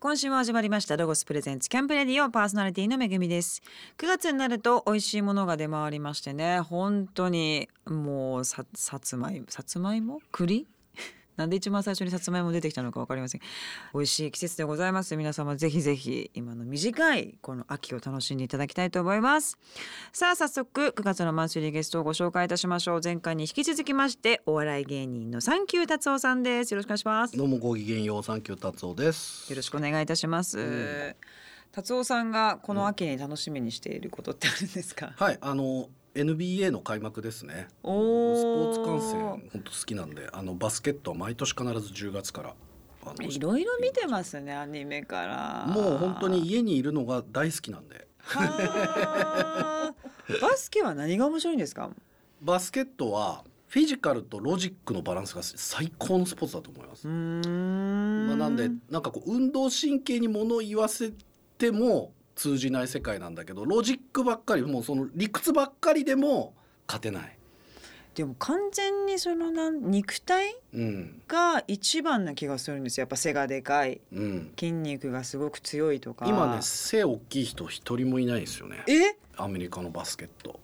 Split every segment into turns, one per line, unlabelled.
今週も始まりましたロゴスプレゼンツキャンプレディオパーソナリティのめぐみです9月になると美味しいものが出回りましてね本当にもうささつまいもさつまいも栗 なんで一番最初にさつまいも出てきたのかわかりません美味しい季節でございます皆様ぜひぜひ今の短いこの秋を楽しんでいただきたいと思いますさあ早速9月のマンスリーゲストをご紹介いたしましょう前回に引き続きましてお笑い芸人のサンキュー達夫さんですよろしくお願いします
どうもごきげんよう、サンキュー達夫です。
よろしくお願いいたします。達夫さんがこの秋に楽しみにしていることってあるんですか。
はい、あの NBA の開幕ですね。スポ
お
ーツ観戦
お。
本当好きなんで、あのバスケットは毎年必ず10月から。あの
いろいろ見てますねアニメから。
もう本当に。家にいるのが大好きなんで。
バスケは何が面白いんですか。
バスケットはフィジカルとロジックのバランスが最高のスポーツだと思います
う。ーん。
まあ、なんで、なんかこう運動神経に物を言わせても通じない世界なんだけど、ロジックばっかり、もうその理屈ばっかりでも勝てない。
でも完全にそのなん肉体
うん、
が一番な気がするんですよ。やっぱ背がでかい、
うん。
筋肉がすごく強いとか。
今ね背大きい人一人もいないですよね
え？
アメリカのバスケット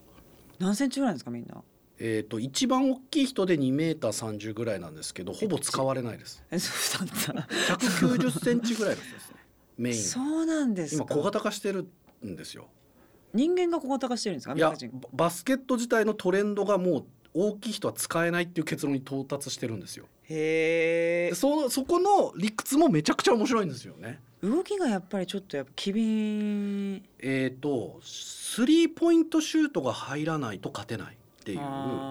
何センチぐらいなんですかみんな。
えっ、と一番大きい人で2メーター30ぐらいなんですけどほぼ使われな いです
えそうだった。
190センチぐらいの人ですねメイン
そうなんです
今
か。
小型化してるんですよ
人間が小型化してるんですかア
い
メリ
や
カ人
ババスケット自体のトレンドがもう大きい人は使えないっていう結論に到達してるんですよ
へ
で
え
そそこの理屈もめちゃくちゃ面白いんですよね
動きがやっぱりちょっとやっぱ機敏
えっ、とスリーポイントシュートが入らないと勝てないっていう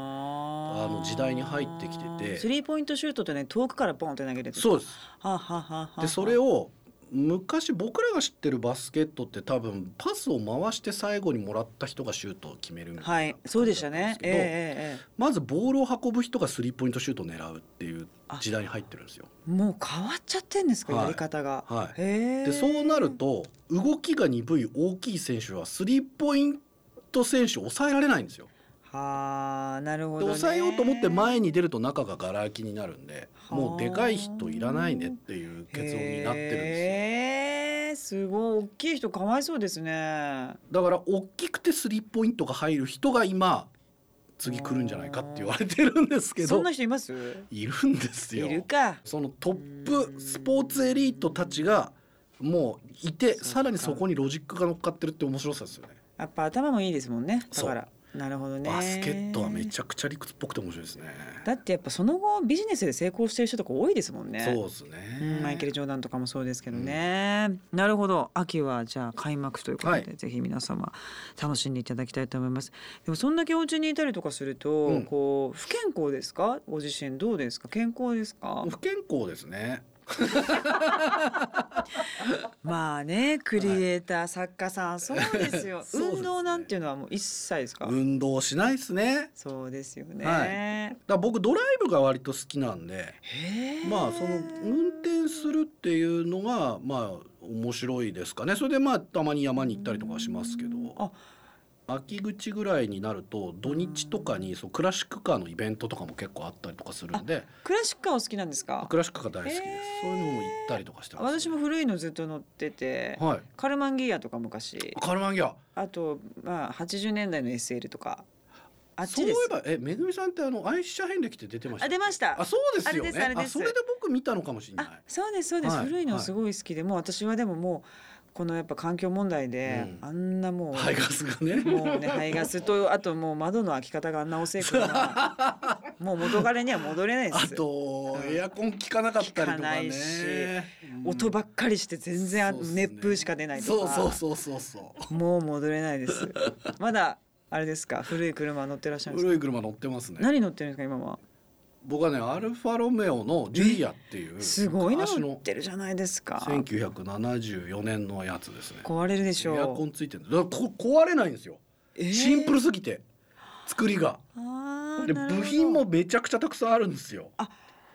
あ
あの時代に入ってきてて
スリーポイントシュートってね遠くからボンって投げれてう
そうです
はははは
でそれを昔僕らが知ってるバスケットって多分パスを回して最後にもらった人がシュートを決めるみた
はいい
な
そうでしたね
感じ
え
だ
え
ったん
ええ
ですけど
え
まずボールを運ぶ人がスリーポイントシュートを狙うっていう
あ
時代に入ってるんですよ。
えもう変わっちゃってんですか、
はい
やり方が、
は
へえ
い、でそうなると動きが鈍い大きい選手はスリーポイント選手を抑えられないんですよ。
はあなるほ
で
ど、ね、
抑えようと思って前に出ると中ががら空きになるんで
はあ
もうでかい人いらないねっていう結論になってるんですよ。
へえすごい大きい人かわいそうですね
だから大きくてスリーポイントが入る人が今次来るんじゃないかって言われてるんですけ
そん
ど
な人います
いるんです
い
よ
るか
そのトップスポーツエリートたちがもうい
そ
て
うか
さらにそこにロジックが乗っかってるって面白さですよね
やっぱ頭もいいですもんねだ
そう
からなるほどね
バスケットはめち
ゃ
ゃくちゃ理屈っぽくて面白いですね
だってやっぱその後ビジネスで成功してる人とか多いですもんね
そうです
ん
ね
マイケル・ジョーダンとかもそうですけどね、なるほど秋はじゃあ開幕ということで、
は
ぜひ皆様楽しんでいただきたいと思いますでもそんだけお家にいたりとかすると、
うん
こう不健康ですかご自身どうですか健康ですか
不健康ですね
まあねクリエイター、作家さんそうですよ
そうですね
運動なんていうのはもう一切ですか、
運動しないですねだか
そうですよね、
はい
へ
ら僕ドライブが割と好きなんで
え
まあその運転するっていうのがまあ面白いですかねそれでまあたまに山に行ったりとかはしますけど
あ
秋口ぐらいになると土日とかにそうクラシックカーのイベントとかも結構あったりとかするんで
クラシックカーお好きなんですか
クラシックカー大好きです
へー
そういうのも行ったりとかしてます、
私も古いのずっと乗ってて、
はい
カルマンギーアとか昔
カルマンギア
あとまあ80年代の SL とかあっ
そう
ち
いえ
です
ばえめぐみさんってあの愛車遍歴って出てました
あ出ました
あそうですよ
あれですあ
ね
れで
あ
す
それで僕見たのかもしれない
あそうですそうです、
はい
古いのすごい好きでもう私はでももうこのやっぱ環境問題で、
うん
あんなもう、
排ガスがね
もうね排ガス とあともう窓の開き方があんなおせいからもう 元彼には戻れないで
あ
す
と
うん
エアコン効かなかったりと
効か
か
ない
ね
し
うん
音ばっかりして全然あ
そうっすね
熱風しか出ないとか
そうそうそうそうそ
もう戻れない ですまだあれですか古い車乗ってらっしゃ
う
るんですか
古い車乗ってますね
何乗ってるんですか今は
僕はねアルファロメオのジュリアっていう
すごいの
昔
乗
の
ってるじゃないですか
1974年のやつですね
壊れるでし
エアコ
ょう
ンついてるんだだからこ壊れないんですよ、シンプルすぎて作りが
あー
で
なるほど
部品もめちゃくちゃたくさんあるんですよ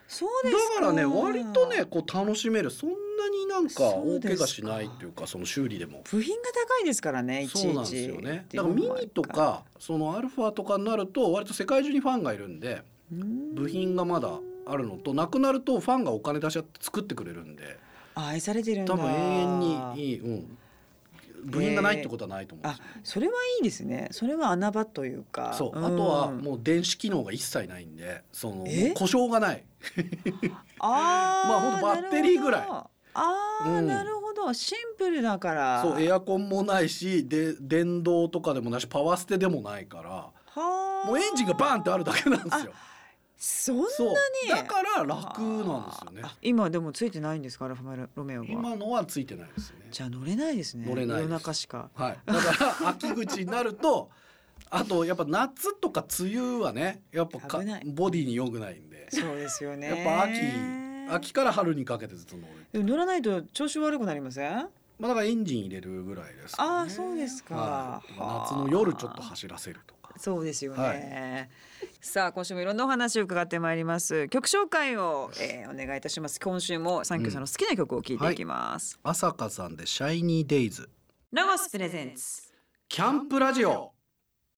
そう
だ
ですか
からね割とねこう楽しめるそんなになんか
そう
大
で
怪
すか
我しないっていうかその修理でも
部品が高いですからねいちいち
そうなんですよねだからミニとかそのアルファとかになると割と世界中にファンがいるんで部
部
品がまだあるのとなくなるとファンがお金出しちゃって作ってくれるんで
あ愛されてるんだ
多分永遠にいい、うん、部品がないってことはないと思うんで
あ
すよ、
それはいいですねそれは穴場というか
そう、
ん
あとはもう電子機能が一切ないんでその
え
故障がない
あー
まあほんとバッテリーぐらい
なるほどあー、
うん
なるほどシンプルだから
そうエアコンもないしで電動とかでもないしパワーステでもないから
はー
もうエンジンがバーンってあるだけなんですよ
そんなに
そうだから楽なんですよね
あー今でもついてないんですかラファエルロメオは
今のはついてないですよね
じゃあ乗れないですね
乗れないです
夜中しか
はい、だから 秋口になるとあとやっぱ夏とか梅雨はねやっぱか
危ない
ボディに良くないんで
そうですよね
やっぱ秋秋から春にかけてずっと乗る、
でも乗らないと調子悪くなりませんあ
まあ、だからエンジン入れるぐらいですかね、
あーそうですか、
はい
は
夏
ー
の夜ちょっと走らせるとか
そうですよね、さあ今週もいろんなお話を伺ってまいります曲紹介を、えー、お願いいたします今週もサンキューさんの好きな曲を聴いていきます、
朝香さんで「シャイニーデイズ
ラゴスプレゼンツ」
キャンプラジオ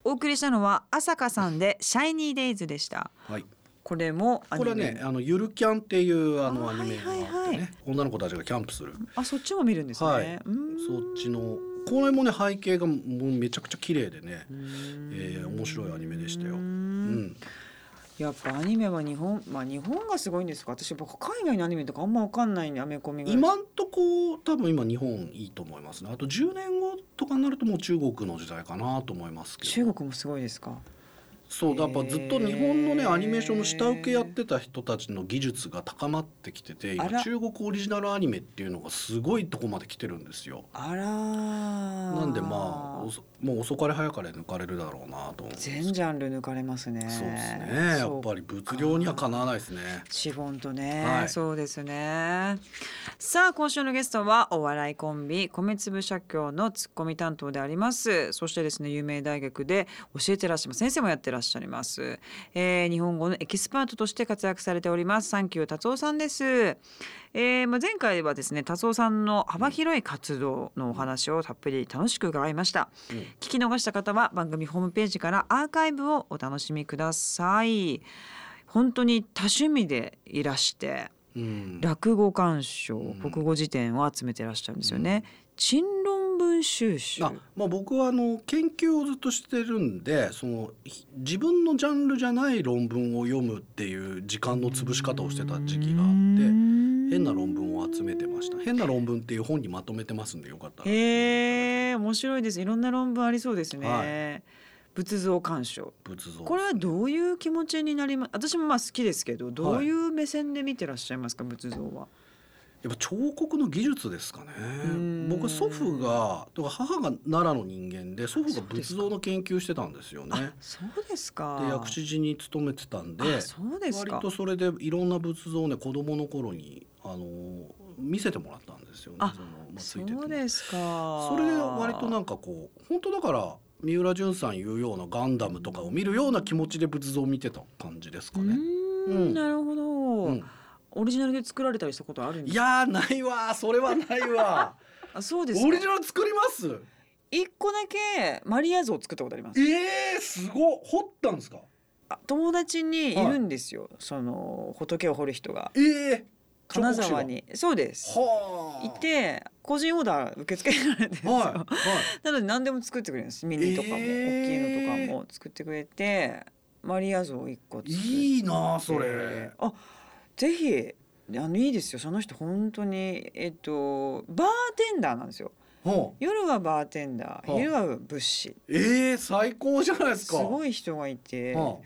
お送りしたのは朝香さんでシャイニーデイズでした
はい、
これもアニ
こ
メ
れはねあのゆるキャンっていうあの
あ
ア
ー
ニメが
は
あってね、
いはいはい
女の子たちがキャンプする
あそっちも見るんですね、
はいう
ーん
そっちのこれもね背景がもうめちゃくちゃ綺麗でね、
うーん
えー面白いアニメでしたよ
うー
うんん、
やっぱアニメは日本まあ日本がすごいんですか私やっぱ海外のアニメとかあんまわかんないんでアメコミが
今んとこ多分今日本いいと思いますねあと10年後とかになるともう中国の時代かなと思いますけど
中国もすごいですか
そうやっぱずっと日本のね
へー
アニメーションの下請けやってた人たちの技術が高まってきて
あ
て今
ら
中国オリジナルアニメっていうのがすごいとこまで来てるんですよ
あらー
なんでまあおそもう遅かれ早かれ抜かれるだろうなと思うんですけど
全ジャンル抜かれますね。
そうですねやっぱ
り。
り物量にはかなわないですね
資本とね、
はい
そうですね。さあ今週のゲストはお笑いコンビ米粒社協のツッコミ担当であります。そしてですね有名大学で教えてらっしゃいます先生もやってらっしゃいます、えー日本語のエキスパートとして活躍されておりますサンキュー達夫さんです。えー、まあ前回はですね達夫さんの幅広い活動のお話をたっぷり楽しく伺いました。
うん
聞き逃した方は番組ホームページからアーカイブをお楽しみください本当に多趣味でいらして
うん
落語鑑賞、
うん
国語辞典を集めてらっしゃるんですよね、陳論文収集
あまあ、僕はあの研究をずっとしてるんでそのひ自分のジャンルじゃない論文を読むっていう時間の潰し方をしてた時期があって
変
変な論文を集めてました変な論文っていう本にまとめてますんでよかったら、
へえ面白いですいろんな論文ありそうですね、
は
仏像鑑賞
仏像
これはどういう気持ちになります私もまあ好きですけどどういう目線で見てらっしゃいますか仏像は、
やっぱ彫刻の技術ですかね
ん
僕祖父がとか母が奈良の人間で祖父が
そうです
仏
か
像の研究してたんですよね
あ。そうですか
で薬師寺に勤めてたんで
あそうです
割
か
とそれでいろんな仏像をね子供の頃にあの見せてもらったんですよね。
あ
そのまあついてて
そうですか
それで割となんかこう本当だから三浦淳さん言うようなガンダムとかを見るような気持ちで仏像を見てた感じですか
う
ね。
ー
うん
んなるほど、
うん
オリジナルで作られたりしたことあるんで
い
すか
やーないわーそれはないわ
あ そうです
オリジ
か
ナル作ります
一個だけマリア像を作ったことあります
えー、すごっ掘ったんですか
あ友達にいるんですよ、その仏を掘る人が
ええ彫
金
刻師が
沢にそうです
はあ
いて個人オーダー受け付けられてるんですよ、
はいはい
なので何でも作ってくれるんですミニとかも、
えー
大きいのとかも作ってくれてマリア像を一個作って
いいなあそれ、
えーあぜひあのいいですよその人本当にえっとバーテンダーなんですよ
はあ
夜はバーテンダー
はあ
昼は物資
ええ最高じゃないです
す
か
ごい人がいて、
は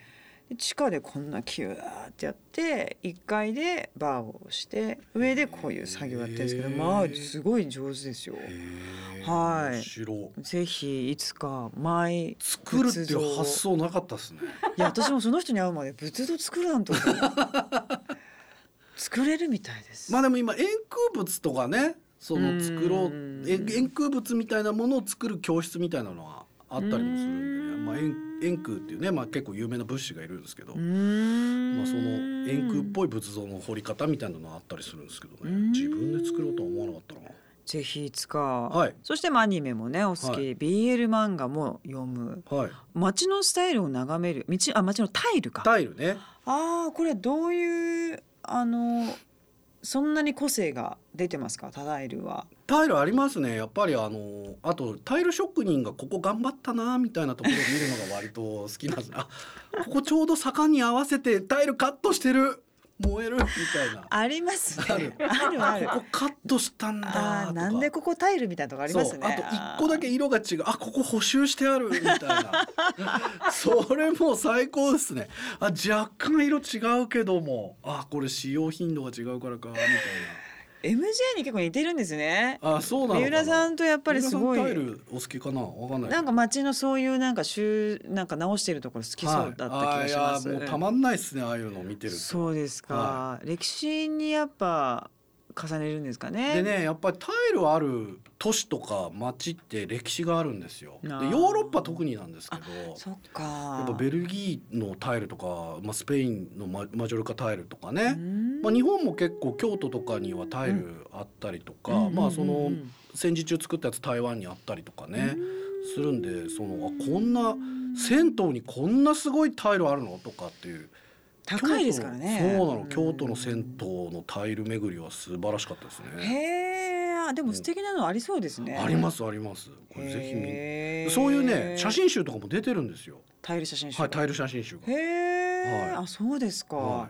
で地下でこんなキューってやって1階でバーをして上でこういう作業やってるんですけど、
へー
まあすごい上手ですよ
あ、。へえ
はい
面白
ぜひいつか毎い
作るっていう発想なかったですね
や私もその人に会うまで仏像作るなん て思ってなかった作れるみたいです。
まあでも今円空物とかねその作ろ
う
う
ーん
え円空物みたいなものを作る教室みたいなのはあったりもするんでね、まあ、円円空っていうね、まあ、結構有名な物資がいるんですけど、
うーん
まあ、その円空っぽい仏像の彫り方みたいなのがあったりするんですけど
う
ね
ん
自分で作ろうとは思わなかったな。
ぜひいつか、
はい
そしてまあアニメもねお好き、
は
BL 漫画も読む
はい、
街のスタイルを眺める道あ街のタイルかあ
タイルね
あーこれはどういうあのそんなに個性が出てますかタダイルは。
タイルありますねやっぱりあのあとタイル職人がここ頑張ったなみたいなところを見るのが割と好きなんですあここちょうど坂に合わせてタイルカットしてる燃えるみたいな
ありますね。あるある。
ここカットしたんだと
あ
か
ーなんでここタイルみたいなとこありますね。
そうあと一個だけ色が違うあここ補修してあるみた いなそれもう最高ですねあ若干色違うけどもあこれ使用頻度が違うからかみたい
MJ に結構似てるんですね。
なあそうなのか
三
な
浦さんとやっぱりすごい
三浦さんタイルお好きかなわかんない
なんか街のそういうなんか修なんか直してるところ好きそうだった気がします。
はいあーもうたまんないですねああいうのを見てると
そうですか、
は
歴史にやっぱ重ねるんですかね。
でねやっぱりタイルある都市とか町って歴史があるんですよで
あ
ヨ
ー
ーロッパ特になんですけど
そっか。
やっぱベルギーのタイルとか、まあ、スペインのママジョルカタイルとかね、まあ、日本も結構京都とかにはタイルあったりとか、まあ、その戦時中作ったやつ台湾にあったりとかね、するんでそのあこんな銭湯にこんなすごいタイルあるのとかっていう
高いですからね。
京都のそうなの
ん
京都の銭湯のタイル巡りは素晴らしかったですね。
へえ、あでも素敵なのありそうですね。
ありますありますこれぜひ見
へー
そういうね写真集とかも出てるんですよ
タイル写真集。
はいタイル写真集が。
へえ、
はい
あそうですか、
は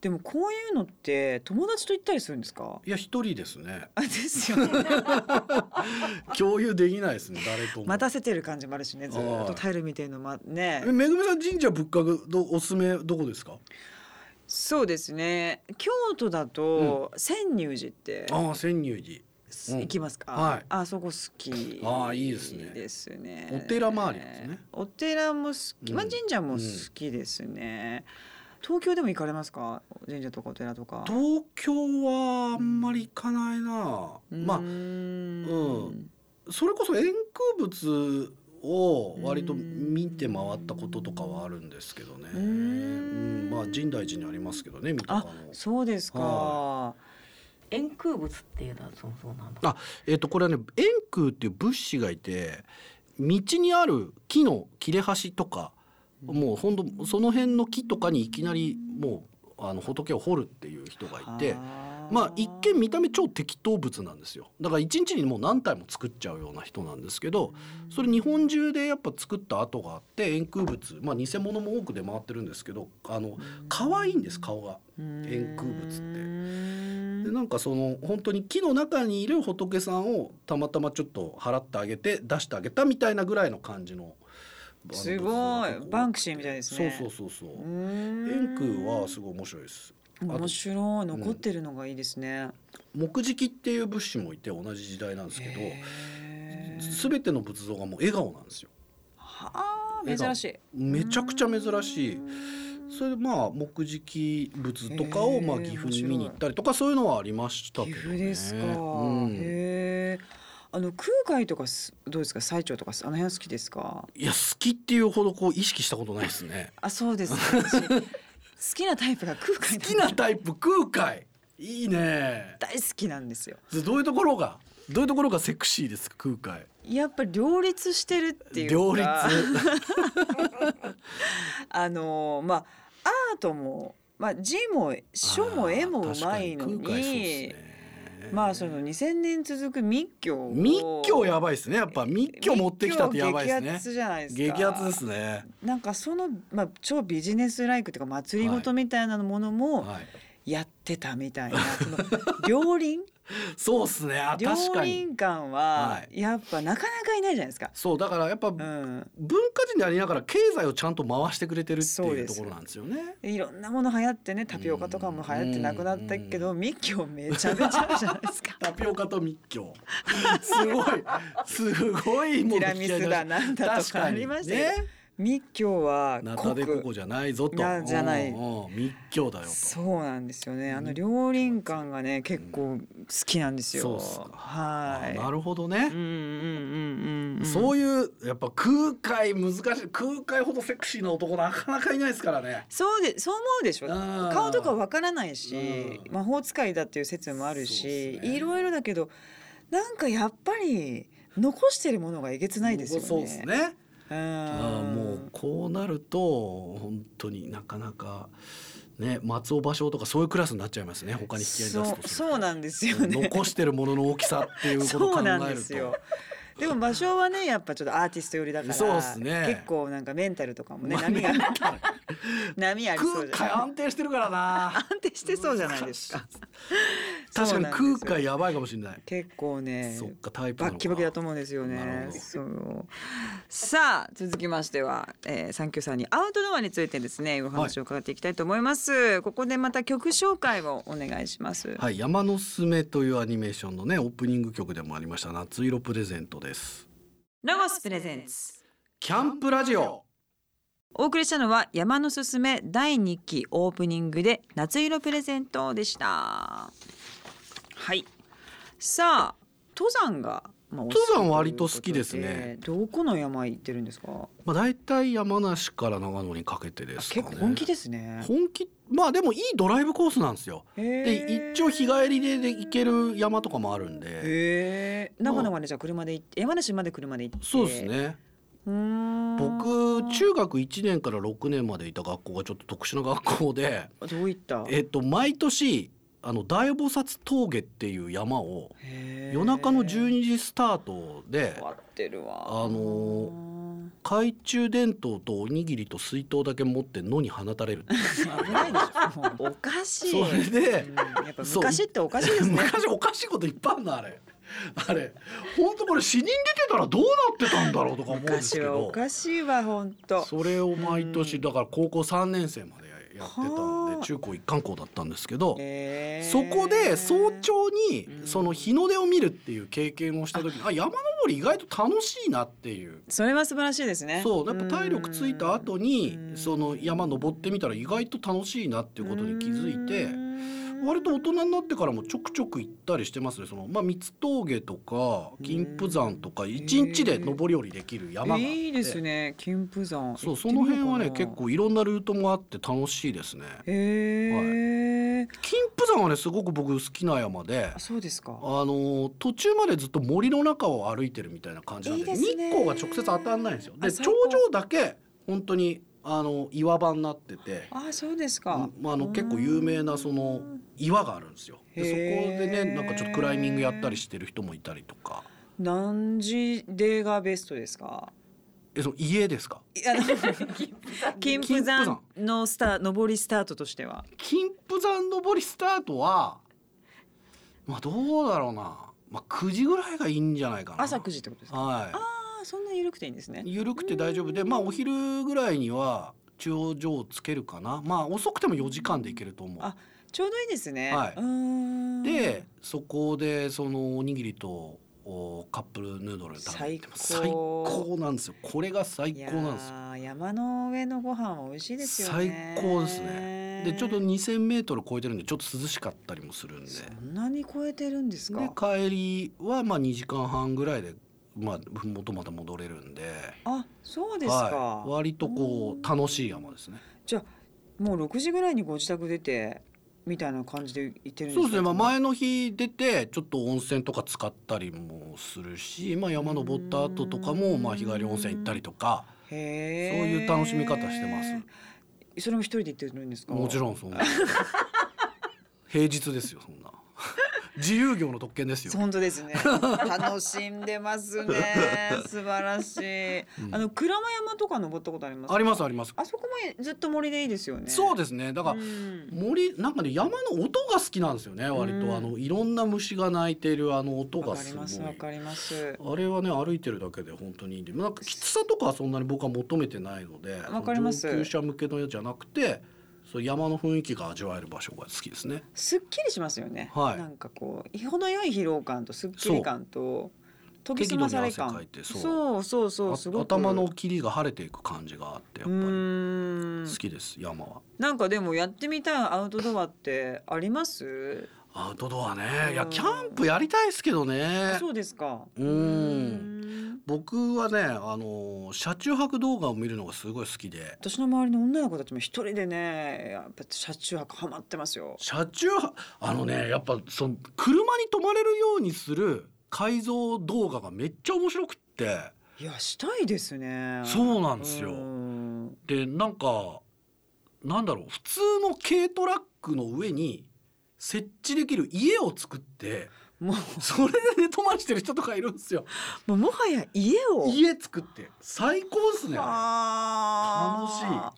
でもこういうのって友達と行ったりするんです か。
い、いや一人ですね
あですよね。
共有できないですね誰とも。
待たせてる感じもあるしね。ずっ
は
と
い
タイル見てるのまね
え。めぐみさん神社仏閣どおすすめどこですか？
そうですね。京都だと千入寺って
ああ千入寺。うん
行きますか。
はい
あそこ好き。
あいいですね
ですね
お寺周りですね。
お寺も好き、まあ
うん
神社も好きですね。東京でも行かれますか。神社とかお寺とか。
東京はあんまり行かないな。ま
うー
あ
ん。
それこそ円空仏を割と見て回ったこととかはあるんですけどね。
う
うんんまあ神代寺にありますけどね三鷹の。
そうですか
は。
円空仏っていうのはそうそうなんだ
あえっ、とこれはね円空っていう物資がいて道にある木の切れ端とか、もうほんとその辺の木とかにいきなりもうあの仏を掘るっていう人がいて。
あー
まあ一見見た目超適当物なんですよだから一日にもう何体も作っちゃうような人なんですけどそれ日本中でやっぱ作った跡があって円空仏まあ偽物も多く出回ってるんですけどあの可愛いんです顔が。円空仏ってでなんかその本当に木の中にいる仏さんをたまたまちょっと払ってあげて出してあげたみたいなぐらいの感じのあの
すごい
仏像が結構多くて
バンクシーみたいですね
そうそうそうそうう
ーん
円空はすごい面白いですあと
面白い残ってるのがいいですね。
木敷っていう物資もいて同じ時代なんですけど、
へー
すべての仏像がもう笑顔なんですよ
はあ珍しい。
めちゃくちゃ珍しいそれでまあ木喰仏とかをまあ
へえ
岐阜に見に行ったりとかそういうのはありましたけ
岐
ど、ね、
阜ですか。
うん
へえ。あの空海とかすどうですか最長とかあの辺は好きですか。
いや好きっていうほどこう意識したことな いですね
あそうです。私好きなタイプが空海
好
んで
きなタイプ空海いいね
大好きなんですよ。
でどういうところがどういうところがセクシーですか空海
やっぱり両立してるっていうか。
両立
あのまあアートも、まあ、字も書も絵もうまいの
あー確か空海そう
に
ですね
まあその2000年続く密教を
密教やばいですねやっぱ密教持ってきたってやばい
密教激ア
で
ツ
すね
じゃないですか
激アツですね
なんかその、まあ、超ビジネスライクっていうか祭りごとみたいなものも
はい
やってたみたいな、そ の両輪
そうっすねあ
両
確かに
輪感
は
はいやっぱなかなかいないじゃないですか。
そうだからやっぱ
うん
文化人でありながら経済をちゃんと回してくれてるって
そう
い
で
う
す
ところなんですよね。
いろんなもの流行ってねタピオカとかも流行ってなくなったけど密教めちゃめちゃあるじゃないですか
タピオカと密教すごいすごい
テ
も
ィラミスだ
ね
なんだと
確
かあ
か
り
に
ましたけど、
ね
密教は
ナタ
濃
デココ
く
じゃないぞと
なじゃない
うんうん密教だよと
そうなんですよねあの
密
両輪感がね結構好きなんですよ
そうっすか
は
あ
い
なるほどね
うん、うんうんうんうん
そういうやっぱ空海難しい空海ほどセクシーな男なかなかいないですからね
そうでそう思うでしょ
うん
顔とかわからないし
うん
魔法使いだっていう説もあるし、
そうっすね
いろいろだけどなんかやっぱり残してるものがえげつないですよね。
そうですね
うん
あーもうこうなると本当になかなかね、松尾芭蕉とかそういうクラスになっちゃいますね他に引き合い出す
そ
と
う
すると
そうなんですよね
残してるものの大きさっていうことを
そう
考え
なんで
る
す
と
よ。でも場所はねやっぱちょっとアーティスト寄りだから
そうっすね
結構なんかメンタルとかもね
まあ
波が波ありそう
空
じゃ
海
ない
安定してるからな
安定してそうじゃないですか
確
そう
かに
なんですよ
空海やばいかもしれない
結構ね
そっかタイプな
バッ
のか
キバキだと思うんですよ
なる
ね
ほど
そうさあ続きましては、えー、サンキューさんにアウトドアについてですねお話を伺っていきたいと思います、ここでまた曲紹介をお願いします、
はい、山のすめというアニメーションのねオープニング曲でもありました夏色プレゼントです
ラゴスプレゼンツ
キャンプラジオ
お送りしたのは山のすすめ第2期オープニングで夏色プレゼントでしたはいさあ登山が、まあ、お好き
登山割と好きですね
ということでどこの山行ってるんですか
まあだいたい山梨から長野にかけてですかね
結構本気ですね
本気まあでもいいドライブコースなんですよで
で
一応日帰りでで行ける山とかもあるんで
へえ長野までじゃあ車で行って山梨まで車で行って
そうですね
うーん
僕中学1年から6年までいた学校がちょっと特殊な学校 で
どういった
えっと毎年あの大菩薩峠っていう山を夜中の12時スタートで
終わってるわ
あの懐中電灯とおにぎりと水筒だけ持って野に放たれるってい う
危ないでしょもうおかしい
それ で
うんやっぱ
そう
昔っておかしいですね
昔おかしいこといっぱいあるなあれあれ本当これ死人出てたらどうなってたんだろうとか思うんです
昔
け
はお
ど
かしいわ本当
それを毎
う
年
ん
だから高校3年生までやってたん
はあ
で中高一貫校だったんですけど
へー
そこで早朝に
うん
その日の出を見るっていう経験をした時にあ山登り意外と楽しいなっていう
それは素晴らしいですね
そうやっぱ体力ついた後に
うん
その山登ってみたら意外と楽しいなっていうことに気づいて
うん
割と大人になってからもちょくちょく行ったりしてますねその、まあ、三ツ峠とか金峰山とか一日で登り降りできる山があって
いいですね金峰山
そ
行
うそ
ってみよ
の
う
辺はね
かな
結構いろんなルートもあって楽しいですね
へえ、
金峰山はねすごく僕好きな山で
あそうですか
あのー途中までずっと森の中を歩いてるみたいな感じなんで
いいですね
日光が直接当たんないんですよ。
あ
で
最
頂
高
上だけ本当にあの岩場になってて、
あそうですか
ま。あ、あの結構有名なその岩があるんですよ。でそこで
へ
ね
ー
なんかちょっとクライミングやったりしてる人もいたりとか。
何時でがベストですか。
えその家ですか
いやあ の金峰山
金
のスター上りスタートとしては。
金峰山登りスタートはまあどうだろうな、まあ、9時ぐらいがいいんじゃないかな
朝九時ってことですか。
はい
ああそんな緩くていいんですね。
緩くて大丈夫で、まあお昼ぐらいには中央上をつけるかな。まあ遅くても4時間で行けると思
あちょうどいいですね。
はいう
ーん
う。で、そこでそのおにぎりとおカップルヌードル食べてます
最
最
高
高なんですよ。これが最
い
高
や
なんですよ。
ー山の上のご飯は美味しいですよね。
最高ですねでちょっと2000メートル超えてるんでちょっと涼しかったりもするんで。
そんなに超えてるんです
で
か。
帰りはまあ2時間半ぐらいでまあ元また戻れるんで。
あそうですか。
はい、割とこう楽しい山ですね。
もう六時ぐらいにご自宅出てみたいな感じで行ってるんです
そうですね、まあ、
前
前の日出てちょっと温泉とか使ったりもするし、まあ、山登った後とかもまあ日帰り温泉行ったりとか
そう
そう
い
いう楽しみ方してます。
それも一人で行ってるんですか。
もちろんそんな 平日ですよそんな 自由業の特権ですよ。
本当です ね。楽しんでますね。素晴らしい。
うん
あの鞍馬山とか登ったことありますか。
ありますあります、
あそこもずっと森でいいですよね。
そう
で
ですねだから、
ん、
森なんかね山の音が好きなんですよね割
うん
とあのいろんな虫が鳴いているあの音
わ
が
かり
すご
ますわ
い
かります。
あれはね歩いてるだけで本当にいいんでなんかきつさとかはそんなに僕は求めてないので
わかります
上級者向けのやつじゃなくてそう山の雰囲気が味わえる場所が好きですね。
すっきりしますよね。
はい
なんかこう程よい疲労感とすっきり感と飛び澄まされ
適度に汗か
感
い。てそう
そうそうそう
あ
すごく
頭の霧が晴れていく感じがあってやっ
う
ぱり
ーん
好きです山は。
なんかでもやってみたいアウトドアってあります？
アウトドア
うん
ねいやキャンプやりたいですけどね
そうですか。
うーん僕はねあの車中泊動画を見るのがすごい好きで
私の周りの女の子たちも一人でねやっぱ車中泊ハマってますよ。
車中泊あのねやっぱその車に泊まれるようにする改造動画がめっちゃ面白くって
いやしたいですね。
そうなんですよ
うん
でなんかなんだろう普通の軽トラックの上に設置できる家を作って
もう
それで寝泊まりしてる人とかいるんですよ
もうもはや家を
家作って最高っすねあ
あー
れ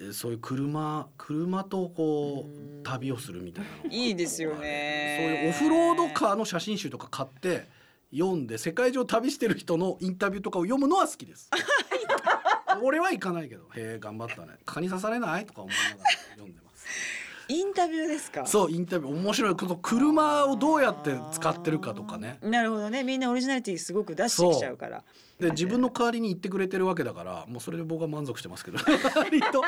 えーそういう車車とこ
う
うん旅をするみたいなの
いいですよね
そういうオフロードカーの写真集とか買って読んで世界中を旅してる人のインタビューとかを読むのは好 きです。俺は行かないけど「へえ頑張ったね蚊に刺されない?」とか思いながら読んでます。
インタビューですか
そうインタビュー面白いこと車をどうやって使ってるかとかね
なるほどねみんなオリジナリティすごく出してきちゃう から
で自分の代わりに言ってくれてるわけだからもうそれで僕は満足してます けど割と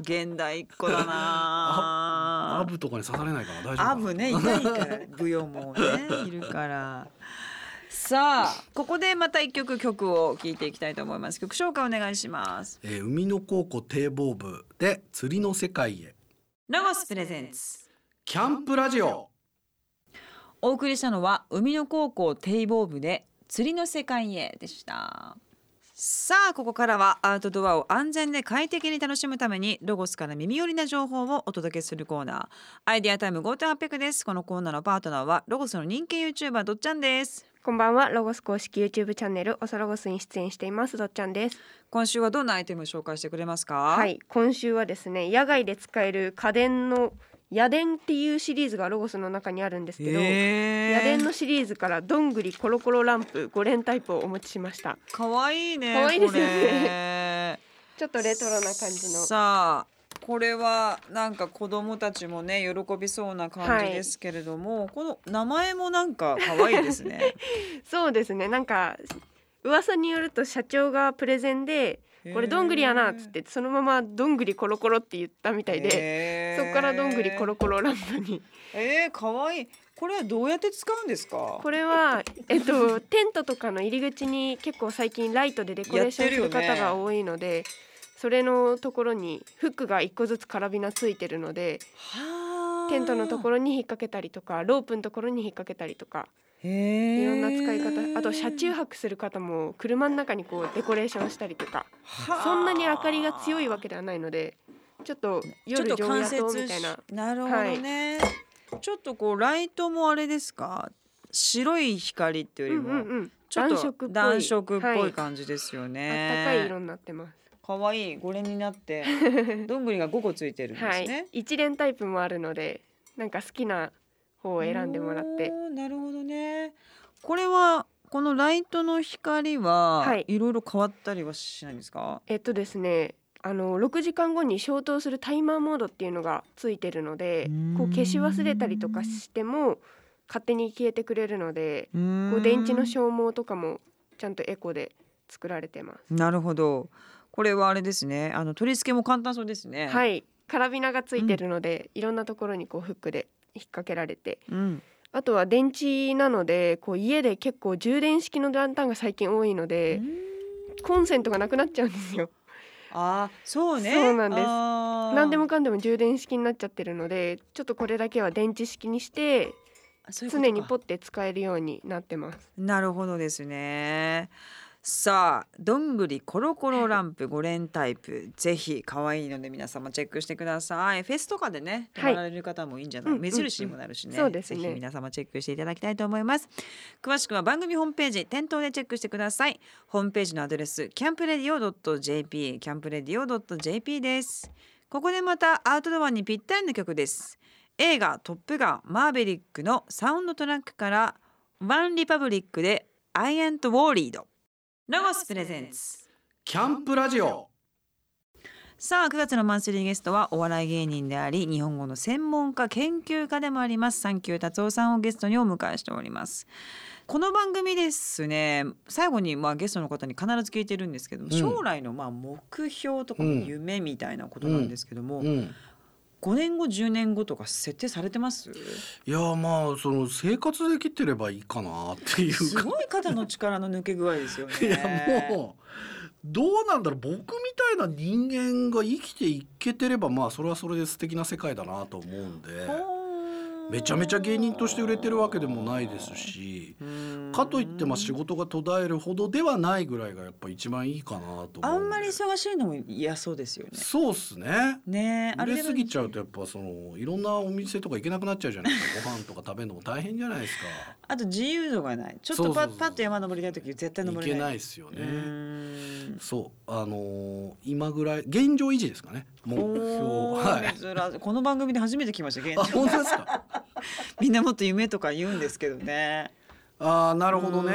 現代一個だ
ア
な
ブとかに刺されないかな大丈夫
ア
かな
ブねいないから舞踊もねいるからさあここでまた一曲曲を聴いていきたいと思います曲紹介お願いします
えー海の高校堤防部で釣りの世界へ
ロゴスプレゼンツ
キャンプラジオ
お送りしたのは海の高校堤防部で釣りの世界へでしたさあここからはアウトドアを安全で快適に楽しむためにロゴスから耳寄りな情報をお届けするコーナーアイデアタイム5800ですこのコーナーのパートナーはロゴスの人気 YouTuber どっちゃんです
こんばんはロゴス公式 YouTube チャンネルおそロゴスに出演していますどっちゃんです
今週はどんなアイテムを紹介してくれますか
は
はい
今週はですね野外で使える家電の家電っていうシリーズがロゴスの中にあるんですけど、
家
家電のシリーズからどんぐりコロコロランプ5連タイプをお持ちしました
可愛いね
可愛いですよ
こ
ね
れ
ちょっとレトロな感じの
さあこれはなんか子供たちもね喜びそうな感じですけれども、この名前もなんか可愛いです ね
そうですねなんか噂によると社長がプレゼンで「これどんぐりやな」っつってそのまま「どんぐりコロコロ」って言ったみたいで、
で
そこからどんぐりコロコロランプに
えー、可愛いこれはどうやって使うんですか
これは、えっと、テントとかの入り口に結構最近ライトでデコレーションする
やっ
方
てるよ
が
ね
多いので、それのところにフックが一個ずつカラビナついてるので
は
テントのとこ
ろ
ろに引っ掛けたりとかロープのところに引っ掛けたりとか
い
いろ
ろ
んな使い方あと車中泊する方も車の中にこうデコレーションしたりとかそんなに明かりが強いわけではないのでちょっと
ちょっ
夜
と
上
間
だ
接
とみたいな
しなるほどね、ちょっとこうライトもあれですか白い光っていう
う
よ
ん
り
う
も、
んうん
ちょっ
暖
と
色っぽ
暖色
い
っぽ
はい
感じですよ
あっ
ね。
たかい色になってます。
可愛い五連になって どんぐりが五個ついてるんですね。
はい、一連タイプもあるのでなんか好きな方を選んでもらって
おー。なるほどね。これはこのライトの光は、
はいい、
ろいろ変わったりはしないんですか。
えっとですねあの6時間後に消灯するタイマーモードっていうのがついてるので
うーん
こう消し忘れたりとかしても勝手に消えてくれるので
うーん
こう電池の消耗とかもちゃんとエコで作られてます。
なるほど。これはあれですね。あの取り付けも簡単そうですね。。
はいいカラビナがついてるので、いろんなところにこうフックで引っ掛けられて
うん。
あとは電池なのでこう家で結構充電式のランタンが最近多いので、コンセントがなくなっちゃうんですよ。
ああ、そうね。
そうなんです
あー
何でもかんでも充電式になっちゃってるのでちょっとこれだけは電池式にして
そういうことか
常にポッて使えるようになってます。
なるほどですね。さあ、どんぐりコロコロランプ5連タイプ、ぜひ可愛いので皆様チェックしてください。フェスとかでね、泊
は
ま
い
られる方もいいんじゃない、
うんうんうん
目印にもなるしね。
そうですね
ぜひ皆様チェックしていただきたいと思います。詳しくは番組ホームページ店頭でチェックしてください。ホームページのアドレスキャンプレディオドット JP、キャンプレディオドット JP です。ここでまたアウトドアにぴったりの曲です。映画トップガンマーベリックのサウンドトラックからワンリパブリックで I am the worried ロゴスプレゼンツ
キャンプラジオ
さあ9月のマンスリーゲストはお笑い芸人であり日本語の専門家研究家でもありますサンキュー達夫さんをゲストにお迎えしておりますこの番組ですね最後にまあゲストの方に必ず聞いてるんですけども、
うん
将来のまあ目標とか
うん
夢みたいなことなんですけども、
うん
5年後10年後とか設定されてます
いやまあその生活できてればいいかなっていうか
すごい肩の力の抜け具合ですよ ね
いやもうどうなんだろう僕みたいな人間が生きていけてればまあそれはそれで素敵な世界だなと思うんで
ほー
めちゃめちゃ芸人として売れてるわけでもないですしかといってまあ仕事が途絶えるほどではないぐらいがやっぱ一番いいかなと思うで
あんまり忙しいのも嫌そうですよね。
そうっすね
ねえあ
売
れ
れ
です
ぎちゃうとやっぱそのいろんなお店とか行けなくなっちゃうじゃないで すかご飯とか食べるのも大変じゃないですか
あと自由度がない。ちょっと
そうそ
パ
うそう
ッパッと山登りたい時絶対
行
登
け
れ
な
ないい。
ですよ
う
ね
ーん
そうあのー今ぐらい現状維持ですかね目標
お
は
ー
い
珍しいこの番組で初めて来ました
あ
現状
本当ですか
みんなもっと夢とか言うんですけどね
ああな
な
るほどね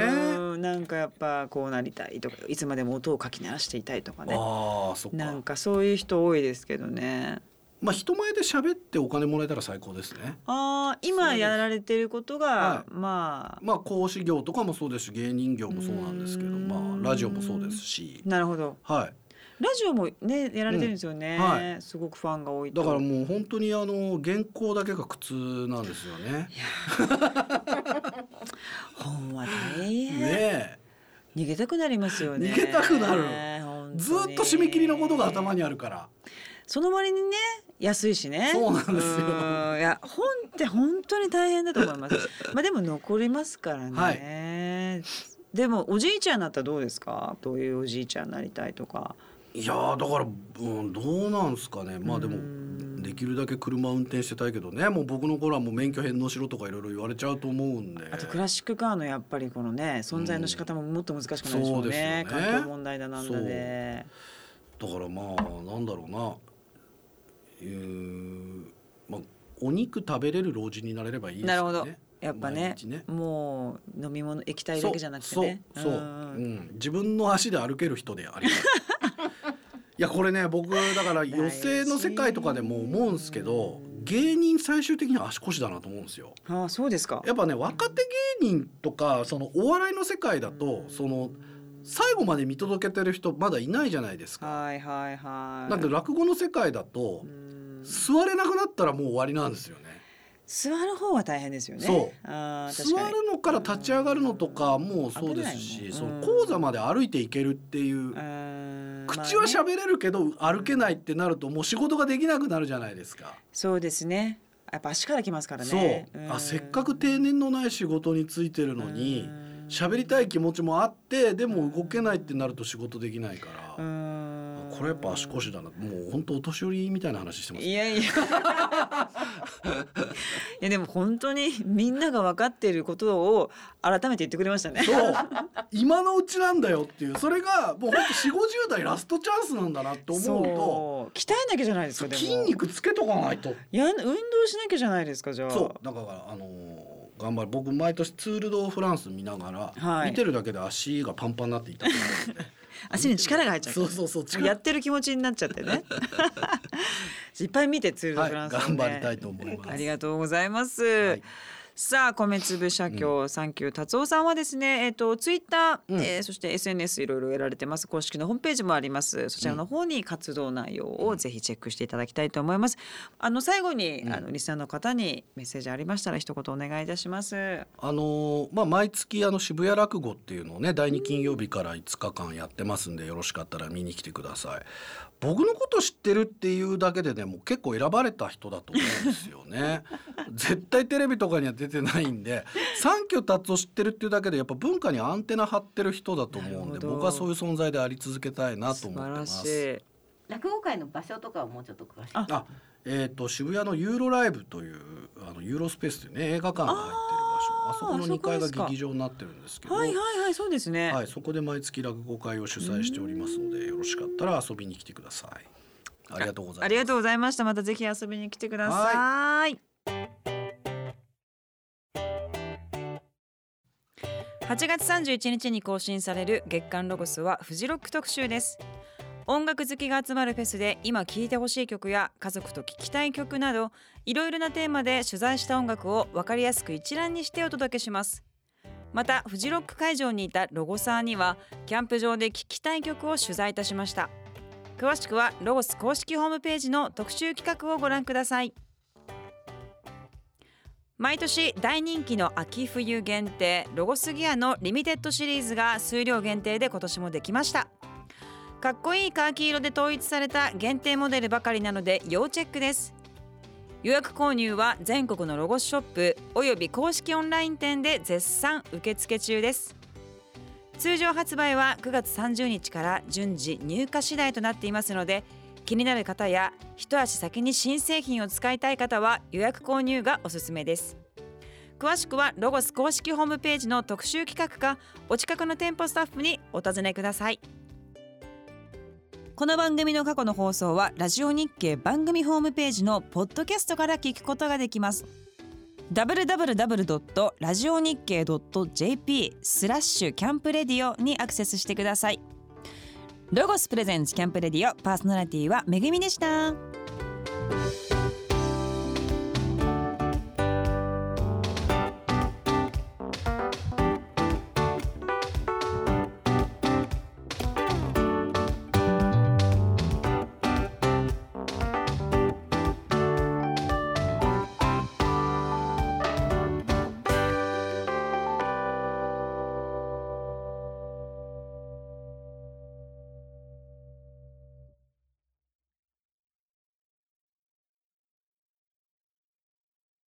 なんかやっぱこうなりたいとかいつまでも音をかき鳴らしていたいとかね
ああそっか
なんかそういう人多いですけどね
まあ人前で喋ってお金もらえたら最高ですね
あー今やられてることが、
は
まあ
まあ講師業とかもそうですし芸人業もそうなんですけど
うーん
まあラジオもそうですし
なるほど
はい
ラジオもねやられてるんですよね、
うんは
すごくファンが多いと
だからもう本当にあの原稿だけが苦痛なんですよね
本は大変、
ねえ
逃げたくなりますよね
逃げたくなる
本当に
ずーっと締め切りのことが頭にあるから
その割にね安いしね
そうなんですよ
うんいや本って本当に大変だと思い ますまあでも残りますからね、
は
でもおじいちゃんになったらどうですかどういうおじいちゃんになりたいとか
いやーだから、うん、どうなんすかねまあで
う
も
ん
できるだけ車運転してたいけどねもう僕の頃はもう免許返納しろとかいろいろ言われちゃうと思うんで
あとクラシックカーのやっぱりこのね存在の仕方ももっと難しくなるでしょうね,、
うんそうですよね
環境問題だなんだで
だからまあなんだろうなうーんまあお肉食べれる老人になれればいいです
なる
よ
ほ
ね
どやっぱね
毎日ね
もう飲み物液体だけじゃなくてね
そうそうそ
う
う、うん
ん
自分の足で歩ける人であ りたいいやこれね僕だから寄席の世界とかでも思うんですけど芸人最終的には足腰だなと思うんですよ
ああそうですか
やっぱね若手芸人とかそのお笑いの世界だとその最後まで見届けてる人まだいないじゃないですか。
はいはいはい
なんか落語の世界だと
うん
座れなくなったらもう終わりなんですよね。
座る方は大変ですよね
そう
あー確
座
かに
るのから立ち上がるのとかもそうですし、
危
そ
ないもん
の
うん
講座まで歩いていけるっていう
うーん
口は
まあね
喋れるけど歩けないってなるともう仕事ができなくなるじゃないですか。
そうですねやっぱ足からきますから
そ
ね
う。
ん
あせっかく定年のない仕事についてるのに
うん
喋りたい気持ちもあってでも動けないってなると仕事できないから。
うーん
これやっぱ足腰だなもう本当お年寄りみたいな話してます
いや いやいやでも本当にみんなが分かっていることを改めて言ってくれましたね
そう今のうちなんだよっていうそれがもうほんと4 5 0代ラストチャンスなんだなと思うと
そう鍛えなきゃじゃないですかでも
筋肉つけとかないと
やん運動しなきゃじゃないですかじゃあ
そうだからあのー頑張る僕毎年ツール・ド・フランス見ながら、
はい
見てるだけで足がパンパンになっていたく なるんで
足に力が入っちゃう
そうそうそう力
やってる気持ちになっちゃって ねいっぱい見てツール・ド・
はい、
フラン
頑
スをね
張りたいと思います
ありがとうございます。
はい
さあ米粒社協、サンキュー達夫さんはですね、えっ、とツイッター、
うん
えーそして SNS いろいろやられてます公式のホームページもありますそちらの方に活動内容をぜひチェックしていただきたいと思います。あの最後に、
うん
あのリスナーの方にメッセージありましたら一言お願いいたします。
あのーまあ、毎月あの渋谷落語っていうのをね第2金曜日から5日間やってますんでよろしかったら見に来てください僕のこと知ってるっていうだけでねもう結構選ばれた人だと思うんですよ ね絶対テレビとかには出てないんで「サンキュー達夫知ってる」っていうだけでやっぱ文化にアンテナ張ってる人だと思うん
なるほ
で
ど
僕はそういう存在であり続けたいなと
素
思って
晴
ま
ら
す
し。い。
落語会の場所とかをもうちょっと詳しく。
あ
あえー、と渋谷のユーロライブというあのユーロスペースというね映画館が入ってる場所あ
あー
そこの2階
あそこで
が
すか
劇場になってるんですけど、
はいはいはいそうですね。
はい、そこで毎月落語会を主催しておりますので、よろしかったら遊びに来てください。ありがとうございます。
ありがとうございました。またぜひ遊びに来てください。8月31日に更新される月刊ロゴスはフジロック特集です。音楽好きが集まるフェスで今聴いてほしい曲や家族と聴きたい曲などいろいろなテーマで取材した音楽を分かりやすく一覧にしてお届けしますまたフジロック会場にいたロゴサーにはキャンプ場で聴きたい曲を取材いたしました詳しくはロゴス公式ホームページの特集企画をご覧ください毎年大人気の秋冬限定ロゴスギアのリミテッドシリーズが数量限定で今年もできましたかっこいいカーキ色で統一された限定モデルばかりなので要チェックです予約購入は全国のロゴスショップおよび公式オンライン店で絶賛受付中です通常発売は9月30日から順次入荷次第となっていますので気になる方や一足先に新製品を使いたい方は予約購入がおすすめです詳しくはロゴス公式ホームページの特集企画かお近くの店舗スタッフにお尋ねくださいこの番組の過去の放送はラジオ日経番組ホームページのポッドキャストから聞くことができます www.radionickei.jp スラッシュキャンプレディオにアクセスしてくださいロゴスプレゼンツキャンプレディオパーソナリティはめぐみでした